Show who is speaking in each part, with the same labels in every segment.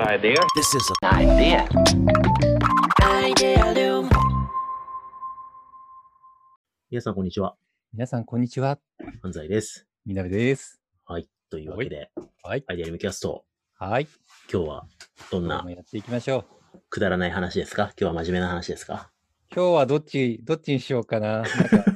Speaker 1: idea.
Speaker 2: This is a
Speaker 1: Idea.
Speaker 2: 皆さんこんにちは。
Speaker 3: 皆さん、こんにちは。
Speaker 2: 安西です。
Speaker 3: みなべです。
Speaker 2: はい。というわけで、
Speaker 3: はい。
Speaker 2: アイデアリムキャスト、
Speaker 3: はい。
Speaker 2: 今日はどん
Speaker 3: 今日
Speaker 2: な
Speaker 3: もやっていきましょう。
Speaker 2: くだらない話ですか今日は真面目な話ですか
Speaker 3: 今日はどっち、どっちにしようかな。なんか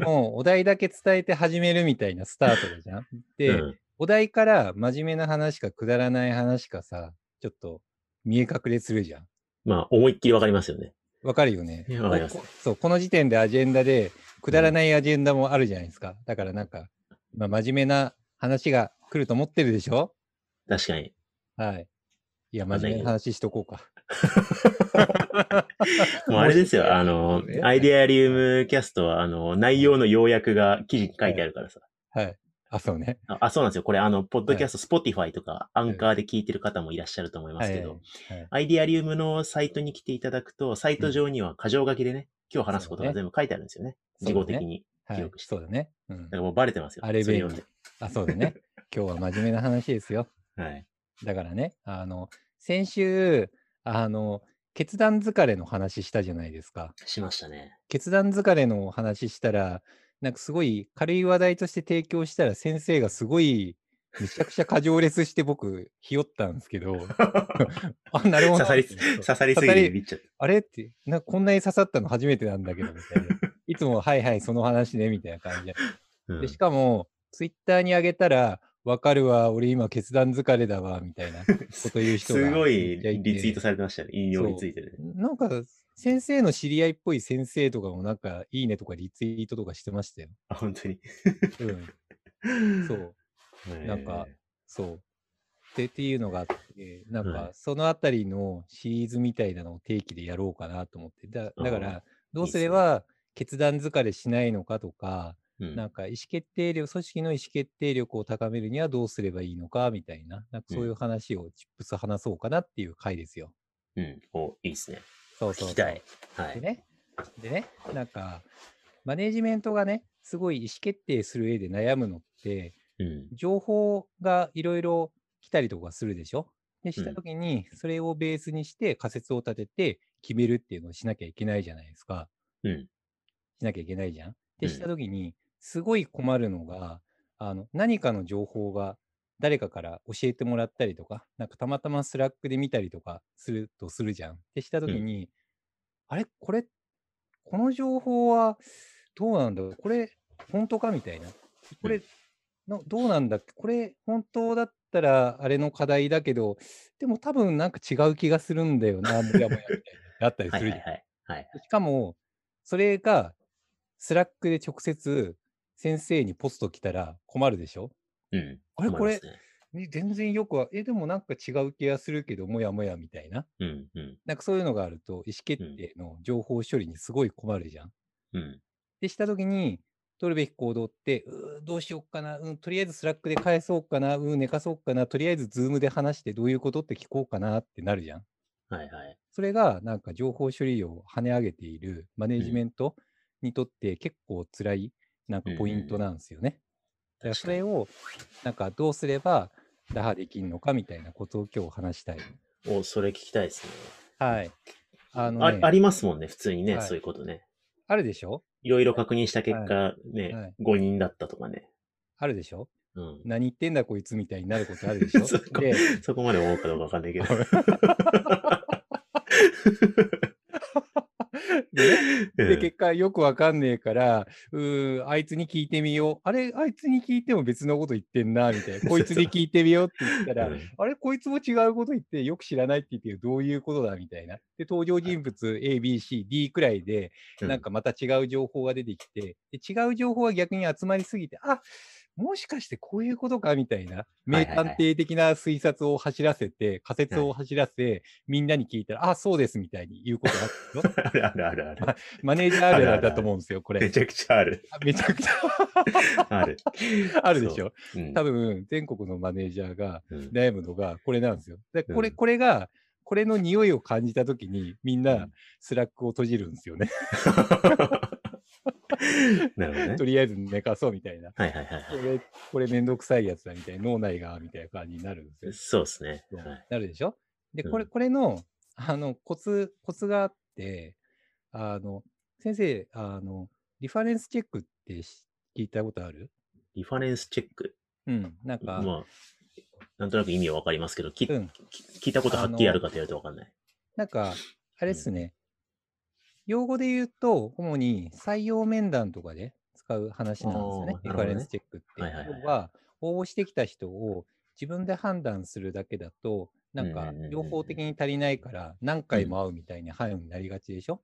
Speaker 3: もうお題だけ伝えて始めるみたいなスタートだじゃん。で、
Speaker 2: うん、
Speaker 3: お題から真面目な話かくだらない話かさ、ちょっと見え隠れするじゃん。
Speaker 2: まあ、思いっきりわかりますよね。
Speaker 3: わかるよね。
Speaker 2: わかります
Speaker 3: こそう、この時点でアジェンダで、くだらないアジェンダもあるじゃないですか。だからなんか、まあ、真面目な話が来ると思ってるでしょ
Speaker 2: 確かに。
Speaker 3: はい。いや、真面目な話しとこうか。
Speaker 2: もうあれです
Speaker 3: 面
Speaker 2: よ。
Speaker 3: 白い
Speaker 2: あの
Speaker 3: ね、
Speaker 2: アイデアリウムキャストは、あの、内容の要約が記事に書いてあるからさ。
Speaker 3: はい。あ、そうね。
Speaker 2: あ、あそうなんですよ。これ、あの、ポッドキャスト、Spotify とか、アンカーで聞いてる方もいらっしゃると思いますけど、
Speaker 3: はいはい
Speaker 2: アイデアリウムのサイトに来ていただくと、サイト上には箇条書きでね、今日話すことが全部書いてあるんですよね。
Speaker 3: そう
Speaker 2: 事
Speaker 3: だ
Speaker 2: 後
Speaker 3: ね
Speaker 2: 的に。
Speaker 3: はい
Speaker 2: 記録して
Speaker 3: そうだね。うん
Speaker 2: だか。らもうバレてますよ。
Speaker 3: あれ
Speaker 2: そ
Speaker 3: 便利
Speaker 2: 読んで。
Speaker 3: あ、そうだ ね。今日は真面目な話ですよ。
Speaker 2: はい。
Speaker 3: だからね、あの、先週、あの、決断疲れの話したじゃないですか。
Speaker 2: しましたね。
Speaker 3: 決断疲れのお話したら、なんかすごい軽い話題として提供したら、先生がすごい、めちゃくちゃ過剰列して僕、ひよったんですけど、 あ、なるほ
Speaker 2: 刺
Speaker 3: ど。
Speaker 2: さり、刺さりすぎてビビっちゃっ
Speaker 3: あれって、なんかこんなに刺さったの初めてなんだけど、みたいな。 いつも、はいはい、その話ね、みたいな感じで。
Speaker 2: た。うん
Speaker 3: で、し かも、ツイッターに上げたら、わかるわ、俺今決断疲れだわ、みた いなこと言う人が。
Speaker 2: すごい
Speaker 3: めっちゃて
Speaker 2: リツイートされてましたね。引用リツイートでね。
Speaker 3: なんか、先生の知り合いっぽい先生とかもなんか、いいねとかリツイートとかしてましたよ。
Speaker 2: あ、本当に。
Speaker 3: うん。そう。
Speaker 2: へー
Speaker 3: なんか、そう。でっていうのがあって、なん
Speaker 2: は
Speaker 3: かそのあたりのシリーズみたいなのを定期でやろうかなと思って、だだか
Speaker 2: あ
Speaker 3: ら
Speaker 2: い
Speaker 3: ど
Speaker 2: ういっ
Speaker 3: す
Speaker 2: すね
Speaker 3: れば決断疲れしないのかとか、
Speaker 2: うん
Speaker 3: なんか意思決定力、組織の意思決定力を高めるにはどうすればいいのかみたいな、なんかそういう話をチップス話そうかなっていう回ですよ。
Speaker 2: うん。お、いいですね。
Speaker 3: そうそう
Speaker 2: 聞
Speaker 3: そう
Speaker 2: きたい。は
Speaker 3: で
Speaker 2: い。
Speaker 3: ね、でね、なんかマネジメントがね、すごい意思決定する上で悩むのって、
Speaker 2: うん。
Speaker 3: 情報がいろいろ来たりとかするでしょで、し
Speaker 2: う
Speaker 3: た
Speaker 2: ん
Speaker 3: ときに、それをベースにして仮説を立てて決めるっていうのをしなきゃいけないじゃないですか。
Speaker 2: うん。
Speaker 3: しなきゃいけないじゃん。
Speaker 2: う
Speaker 3: で、
Speaker 2: ん
Speaker 3: したときに、すごい困るのが、あの、何かの情報が誰かから教えてもらったりとか、なんかたまたまスラックで見たりとかするとするじゃん。で、したとき
Speaker 2: うん
Speaker 3: に、あれこれ、この情報はどうなんだろうこれ、本当かみたいな。これ、のどうなんだっけこれ、本当だったらあれの課題だけど、でも多分なんか違う気がするんだよな、モヤモヤみたいな。あったりす
Speaker 2: はい
Speaker 3: るじ
Speaker 2: はい
Speaker 3: ゃん。
Speaker 2: はい。はい。
Speaker 3: しかも、それが、スラックで直接、先生にポスト来たら困るでしょ
Speaker 2: うん。
Speaker 3: あれ
Speaker 2: 困りますね
Speaker 3: ね全然よくは、え、でもなんか違う気がするけど、もやもやみたいな。
Speaker 2: うん。うん。
Speaker 3: なんかそういうのがあると、意思決
Speaker 2: うん
Speaker 3: 定の情報処理にすごい困るじゃん。
Speaker 2: うん。
Speaker 3: で、したときに、取るべき行動って、うーどうしようかな、うん、とりあえずスラックで返そうかな、うん、寝かそうかな、とりあえずズームで話してどういうことって聞こうかなってなるじゃん。
Speaker 2: はいはい。
Speaker 3: それがなんか情報処理を跳ね上げているマネジメントにとって結構辛いなんかポイントなんですよね。だから
Speaker 2: 確
Speaker 3: そ
Speaker 2: かに
Speaker 3: れをなんかどうすれば打破できるのかみたいなことを今日話したい。
Speaker 2: お、それ聞きたいですね。
Speaker 3: はい。あの、
Speaker 2: あ
Speaker 3: ね、
Speaker 2: ありますもんね、普通にね、
Speaker 3: はい
Speaker 2: そういうことね。
Speaker 3: あるでしょ
Speaker 2: いろいろ確認した結果、ね、
Speaker 3: はい
Speaker 2: 5人だったとかね。
Speaker 3: あるでしょ
Speaker 2: うん。
Speaker 3: 何言ってんだこいつみたいになることあるでし ょ
Speaker 2: そこ
Speaker 3: で、
Speaker 2: そこまで思うかどうかわかんないけど。
Speaker 3: でね
Speaker 2: う
Speaker 3: で、
Speaker 2: ん
Speaker 3: 結果よくわかんねえから、うー、あいつに聞いてみよう。あれ、あいつに聞いても別のこと言ってんな、みたいな。こいつに聞いてみようって言ったら
Speaker 2: う、ん
Speaker 3: あれ、こいつも違うこと言って、よく知らないって言ってる、どういうことだみたいな。で、登場人物 A、B、C、D くらいで、
Speaker 2: うん
Speaker 3: なんかまた違う情報が出てきて、で違う情報が逆に集まりすぎて、あもしかしてこういうことかみたいな、
Speaker 2: は
Speaker 3: 名
Speaker 2: いはい
Speaker 3: 探偵的な推察を走らせて、仮説を走らせ、みんなに聞いたら、あ、そうですみたいに言うことがあった でし ょ
Speaker 2: あるあるあるある。
Speaker 3: マネージャーあるあるだと思うんですよ、こ
Speaker 2: め
Speaker 3: れ。
Speaker 2: ちゃくちゃある。
Speaker 3: めちゃくち
Speaker 2: ある。
Speaker 3: ゃ あるでしょ。
Speaker 2: うん
Speaker 3: 多分、全国のマネージャーが、
Speaker 2: うん
Speaker 3: 悩むのがこれなんですよ。でこれ、
Speaker 2: うん
Speaker 3: これが、これの匂いを感じたときに、みん
Speaker 2: う
Speaker 3: なんスラックを閉じるんですよね。
Speaker 2: なるほどね
Speaker 3: と。りあえず寝かそうみたいな。
Speaker 2: はいはいはい
Speaker 3: こ
Speaker 2: は
Speaker 3: れ、これめんどくさいやつだみたいな、脳内が、みたいな感じになるんですよ
Speaker 2: い。。そうですね。
Speaker 3: そう
Speaker 2: はい
Speaker 3: なるでしょで、これ、
Speaker 2: うん
Speaker 3: これの、あの、コツ、コツがあって、あの、先生、あの、リファレンスチェックってし聞いたことある
Speaker 2: リファレンスチェック。
Speaker 3: うん、なんか、
Speaker 2: まあ、なんとなく意味はわかりますけど、き
Speaker 3: うん、
Speaker 2: き聞いたことはっきりあるかと言われてわかんない。
Speaker 3: なんか、あれですね、用語で言うと、主に採用面談とかで使う話なんですよね
Speaker 2: あ、ー
Speaker 3: リ
Speaker 2: なるほどね
Speaker 3: ファレンスチェックって。
Speaker 2: はいはいはい
Speaker 3: 要は、応募してきた人を自分で判断するだけだと、なん
Speaker 2: うん
Speaker 3: か
Speaker 2: うんうんうん、
Speaker 3: 両方的に足りないから、何回も会うみたいな範囲になりがちでしょ、
Speaker 2: うん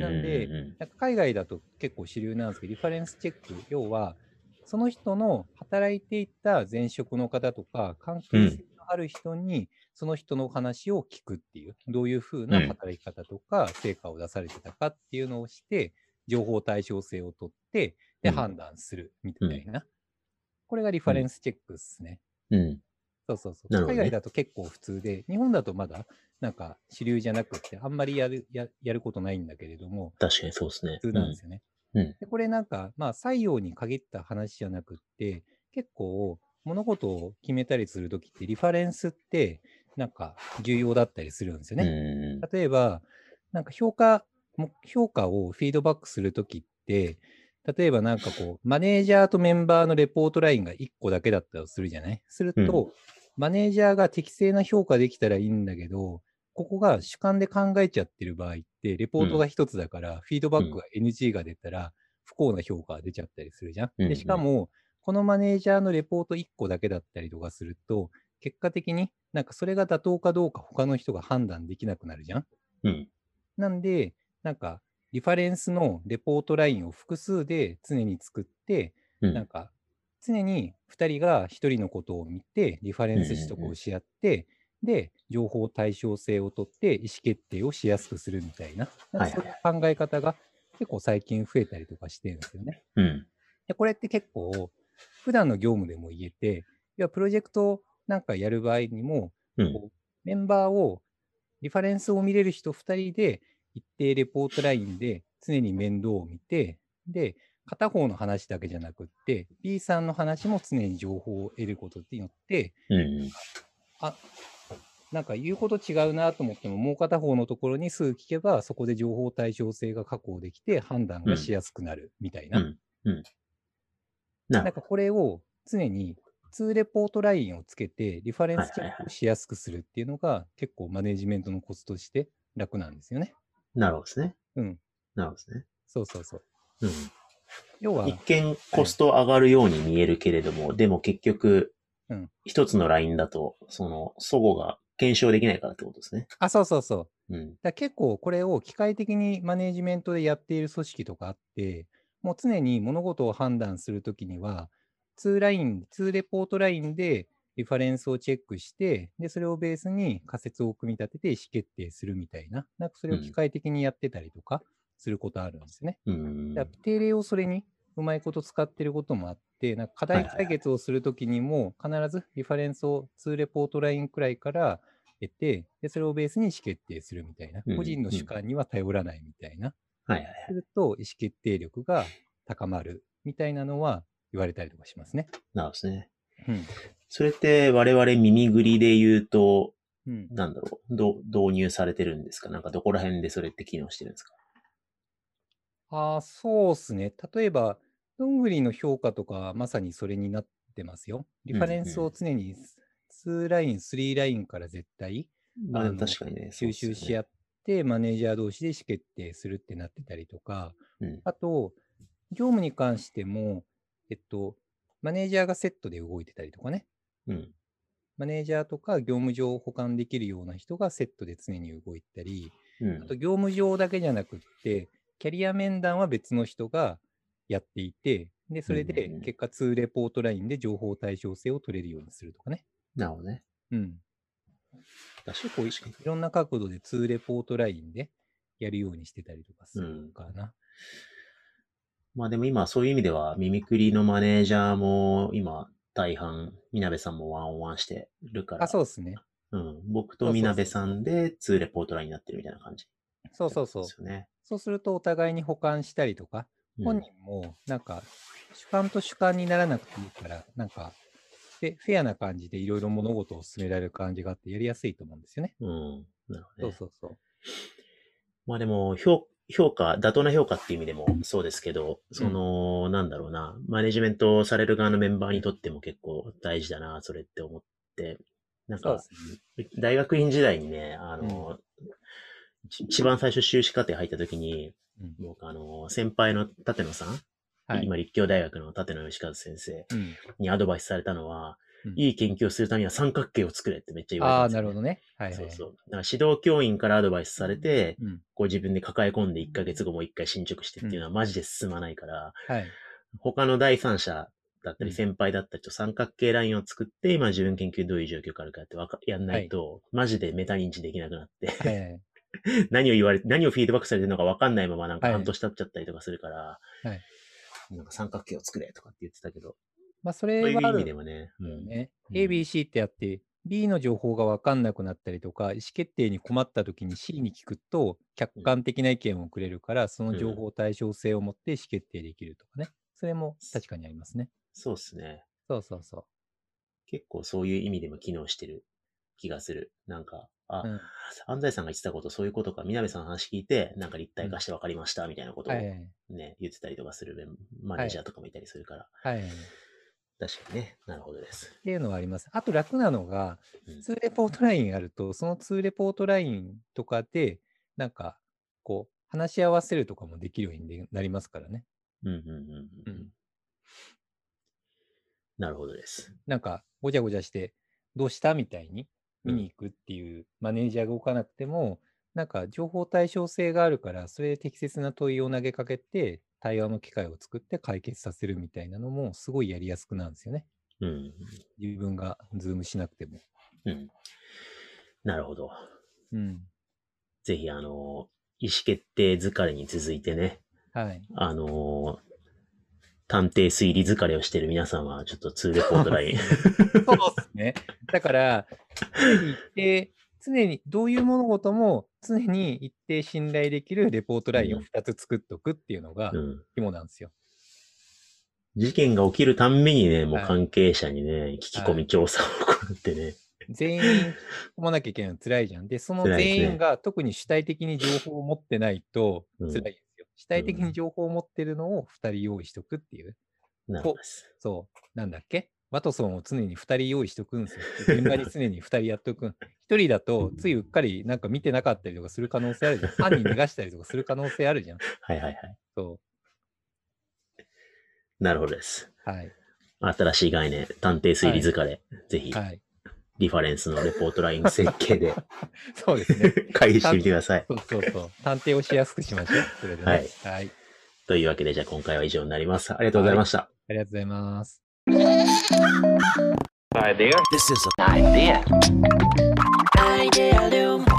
Speaker 3: なんで
Speaker 2: うんうん
Speaker 3: なんか海外だと結構主流なんですけど、リファレンスチェック、要は、その人の働いていた前職の方とか、関係性のある人に、その人のお話を聞くっていう、どういうふうな働き方とか、成果を出されてたかっていうのをして、情報対称性を取って、で、
Speaker 2: うん
Speaker 3: 判断するみたいな。これがリファレンスチェックですね。
Speaker 2: うん。うん
Speaker 3: そうそうそう。
Speaker 2: なるほど
Speaker 3: 海
Speaker 2: ね
Speaker 3: 外だと結構普通で、日本だとまだ、なんか主流じゃなくて、あんまりやるややることないんだけれども、
Speaker 2: 確かにそうですね。
Speaker 3: 普通なんですよね。
Speaker 2: うんうん
Speaker 3: でこれなんか、まあ、採用に限った話じゃなくって、結構、物事を決めたりするときって、リファレンスって、なんか、重要だったりするんですよ
Speaker 2: うん
Speaker 3: ね。
Speaker 2: うん
Speaker 3: 例えば、なんか評価、も評価をフィードバックするときって、例えばなんかこう、マネージャーとメンバーのレポートラインが1個だけだったとするじゃないすると、
Speaker 2: う
Speaker 3: マネージャーが適正な評価できたらいいんだけど、ここが主観で考えちゃってる場合って、レポートが1つだから、フィードバックが NG が出たら、不幸な評価が出ちゃったりするじゃん。
Speaker 2: うんう
Speaker 3: で
Speaker 2: ん
Speaker 3: しかも、このマネージャーのレポート1個だけだったりとかすると、結果的になんかそれが妥当かどうか他の人が判断できなくなるじゃん。
Speaker 2: うん。うん
Speaker 3: なんで、なんか、リファレンスのレポートラインを複数で常に作って、
Speaker 2: うん
Speaker 3: なんか、常に2人が1人のことを見て、リファレンス取得をし合って、で、情報対称性をとって、意思決定をしやすくするみたいな、なんかそういう考え方が結構最近増えたりとかしてるんですよね。
Speaker 2: うん。
Speaker 3: で、これって結構、普段の業務でも言えて、要はプロジェクトなんかやる場合にも、
Speaker 2: うん
Speaker 3: こうメンバーを、リファレンスを見れる人2人で、一定レポートラインで常に面倒を見て、で、片方の話だけじゃなくって、B さんの話も常に情報を得ることによって、
Speaker 2: うん。
Speaker 3: なんか言うこと違うなと思っても、もう片方のところにすぐ聞けば、そこで情報対称性が確保できて、判断がしやすくなるみたいな。
Speaker 2: うんな
Speaker 3: なん
Speaker 2: る
Speaker 3: かこれを常に2レポートラインをつけて、リファレンスチェックをしやすくするっていうのが結構マネジメントのコツとして楽なんですよね。
Speaker 2: なるほどですね。
Speaker 3: うん。
Speaker 2: なるほどですね。
Speaker 3: そうそうそう。
Speaker 2: うん。
Speaker 3: 要は
Speaker 2: 一、見コスト上がるように見えるけれども、でも結局
Speaker 3: うん、
Speaker 2: 一つのラインだと、その、齟齬が検証できないからってことですね。
Speaker 3: あ、そうそうそう。
Speaker 2: うん。
Speaker 3: だから結構これを機械的にマネジメントでやっている組織とかあって、もう常に物事を判断するときには、2ライン、2レポートラインでリファレンスをチェックして、で、それをベースに仮説を組み立てて意思決定するみたいな、なんかそれを
Speaker 2: う
Speaker 3: 機
Speaker 2: ん
Speaker 3: 械的にやってたりとかすることあるんですよね。
Speaker 2: うん。
Speaker 3: だから定例をそれにうまいこと使ってることもあって、なんか課
Speaker 2: はい
Speaker 3: 題
Speaker 2: はいはい
Speaker 3: 解決をするときにも、必ずリファレンスを2レポートラインくらいから得て、でそれをベースに意思決定するみたいな
Speaker 2: うん、
Speaker 3: 個人の主観には頼らないみたいな、
Speaker 2: はいはいはい
Speaker 3: す。ると意思決定力が高まるみたいなのは言われたりとかしますね。
Speaker 2: なるほどですね。
Speaker 3: うん。
Speaker 2: それって我々耳ぐりで言うと、
Speaker 3: うん、
Speaker 2: なんだろう、ど、導入されてるんですかなんかどこら辺でそれって機能してるんですか
Speaker 3: ああ、そうっすね。例えば、どんぐりの評価とか、まさにそれになってますよ。リファレンス
Speaker 2: うんう
Speaker 3: を常に2ライン、3ラインから絶対、
Speaker 2: まあでも
Speaker 3: あの
Speaker 2: 確かにね、そう
Speaker 3: 収
Speaker 2: ですよ
Speaker 3: 集
Speaker 2: ね
Speaker 3: し合って、マネージャー同士で意思決定するってなってたりとか、
Speaker 2: うん
Speaker 3: あと、業務に関しても、えっと、マネージャーがセットで動いてたりとかね、
Speaker 2: うん。
Speaker 3: マネージャーとか業務上保管できるような人がセットで常に動いたり、
Speaker 2: うん
Speaker 3: あと業務上だけじゃなくって、キャリア面談は別の人がやっていて、で、それ
Speaker 2: う
Speaker 3: で
Speaker 2: んうんうん
Speaker 3: 結果2レポートラインで情報対称性を取れるようにするとかね。
Speaker 2: なるほどね。
Speaker 3: うん。
Speaker 2: 確かに。確かに
Speaker 3: いろんな角度で2レポートラインでやるようにしてたりとかす
Speaker 2: う
Speaker 3: る
Speaker 2: ん
Speaker 3: かな。
Speaker 2: まあでも今そういう意味では、ミミクリのマネージャーも今大半、みなべさんもワンオンワンしてるから、
Speaker 3: あ、そうですね。
Speaker 2: うん、僕とみなべさんで2レポートラインになってるみたいな感じ、
Speaker 3: そうそうそう
Speaker 2: で。すよね。
Speaker 3: そうするとお互いに保管したりとか、
Speaker 2: うん
Speaker 3: 本人も、なんか、主観と主観にならなくていいから、なんか、フェフェアな感じでいろいろ物事を進められる感じがあって、やりやすいと思うんですよね。
Speaker 2: うん。なるほど
Speaker 3: そう
Speaker 2: ね。
Speaker 3: そうそう。
Speaker 2: まあでも、評評価、妥当な評価っていう意味でもそうですけど、その、なんだろうな、マネジメントされる側のメンバーにとっても結構大事だな、それって思って、なん
Speaker 3: そうで
Speaker 2: か、
Speaker 3: すね。
Speaker 2: 大学院時代にね、あの、ち一番最初修士課程入った時に、
Speaker 3: うん
Speaker 2: 僕、あの、先輩の立野さん、
Speaker 3: はい。
Speaker 2: 今立教大学の立野義和先生
Speaker 3: うん、
Speaker 2: にアドバイスされたのは、
Speaker 3: うん
Speaker 2: いい研究をするためには三角形を作れってめっちゃ言われ
Speaker 3: あ
Speaker 2: たん
Speaker 3: あ、
Speaker 2: です
Speaker 3: な
Speaker 2: よ
Speaker 3: るほどね。はい、はい。
Speaker 2: そうそう。だから指導教員からアドバイスされて、
Speaker 3: うん。
Speaker 2: こう自分で抱え込んで1ヶ月後もう1回進捗してっていうのはマジで進まないから、
Speaker 3: はい。
Speaker 2: 他の第三者だった
Speaker 3: う
Speaker 2: り
Speaker 3: ん
Speaker 2: 先輩だったりと三角形ラインを作って、今自分研究どういう状況かあるかってわかやんないと、マジでメタ認知できなくなって、
Speaker 3: え
Speaker 2: 何を言われて、何をフィードバックされてるのかわかんないままなんか
Speaker 3: はい
Speaker 2: 半年経っちゃったりとかするから、
Speaker 3: は
Speaker 2: なんか三角形を作れとかって言ってたけど、
Speaker 3: まあ、そ
Speaker 2: そう
Speaker 3: れ
Speaker 2: いう
Speaker 3: はあ
Speaker 2: 意味
Speaker 3: るんだ
Speaker 2: で
Speaker 3: よ
Speaker 2: もね、うん
Speaker 3: ね。
Speaker 2: うん
Speaker 3: A、B、C ってやって、B の情報が分かんなくなったりとか、意思決定に困った時に C に聞くと、客観的な意見をくれるから、その情報対称性を持って意思決定できるとかね。それも確かにありますね。
Speaker 2: そうですね。
Speaker 3: そうそうそ
Speaker 2: 結構そういう意味でも機能してる気がする。なんか、あ、
Speaker 3: う。うん、
Speaker 2: 安西さんが言ってたこと、そういうことか、みなべさんの話聞いて、なんか立体化して分かりました、みたいなことを
Speaker 3: はい
Speaker 2: ね、言ってたりとかするメンマネージャーとかもいたりするから、
Speaker 3: はい。はい。っ
Speaker 2: 確かにね、なるほどです。
Speaker 3: ていうのはあります。あと楽なのが
Speaker 2: うん、
Speaker 3: 2レポートラインあると、その2レポートラインとかで、なんか、こう、話し合わせるとかもできるようになりますからね。
Speaker 2: うんうんうんうん。う
Speaker 3: うんん、
Speaker 2: なるほどです。
Speaker 3: なんかごちゃごちゃして、どうしたみたいに見に行くっていうマネージャーが動かなくても、なんか情報対称性があるから、それで適切な問いを投げかけて、対話の機会を作って解決させるみたいなのも、すごいやりやすくなるんですよね。
Speaker 2: うん。
Speaker 3: 自分がズームしなくても。
Speaker 2: うん。なるほど。
Speaker 3: うん。
Speaker 2: ぜひ、あの、意思決定疲れに続いてね、
Speaker 3: はい。
Speaker 2: あの、探偵推理疲れをしてる皆さんは、ちょっと2レポートライ ン。
Speaker 3: そうですね。だから、常に一定、常に、どういう物事も常に一定信頼できるレポートラインを
Speaker 2: うん
Speaker 3: 2つ作っとくっていうのが
Speaker 2: うん。
Speaker 3: 肝なんですよ。
Speaker 2: 事件が起きるたんびにね、もう
Speaker 3: はい
Speaker 2: 関係者にね、聞き込み調査を行ってね。
Speaker 3: 全員引き込まなきゃいけないの辛いじゃん。で、その
Speaker 2: 辛いですね
Speaker 3: 全員が特に主体的に情報を持ってないと
Speaker 2: うん
Speaker 3: 辛いですよ。主体的
Speaker 2: うん
Speaker 3: に情報を持ってるのを2人用意しとくっていう。
Speaker 2: なるほどです。
Speaker 3: そう。なんだっけワトソンを常に2人用意しとくんです よ。現場に常に2人やっとくん。1人だと、ついうっかりなんか見てなかったりとかする可能性あるじゃん。犯人逃がしたりとかする可能性あるじゃん。
Speaker 2: はいはいはい。
Speaker 3: そ
Speaker 2: なるほどです。
Speaker 3: う。はい。
Speaker 2: 新しい概念、探偵推理疲れ。ぜひ、
Speaker 3: はい。
Speaker 2: リファレンスのレポートライン設計で
Speaker 3: そうですね。
Speaker 2: 会議してみてください。
Speaker 3: そうそうそう。探偵をしやすくしましょう。それでね。
Speaker 2: はい
Speaker 3: はい。
Speaker 2: というわけで、じゃあ今回は以上になります。ありがとうございました。
Speaker 3: ありがとうございます。
Speaker 1: Idea Loom.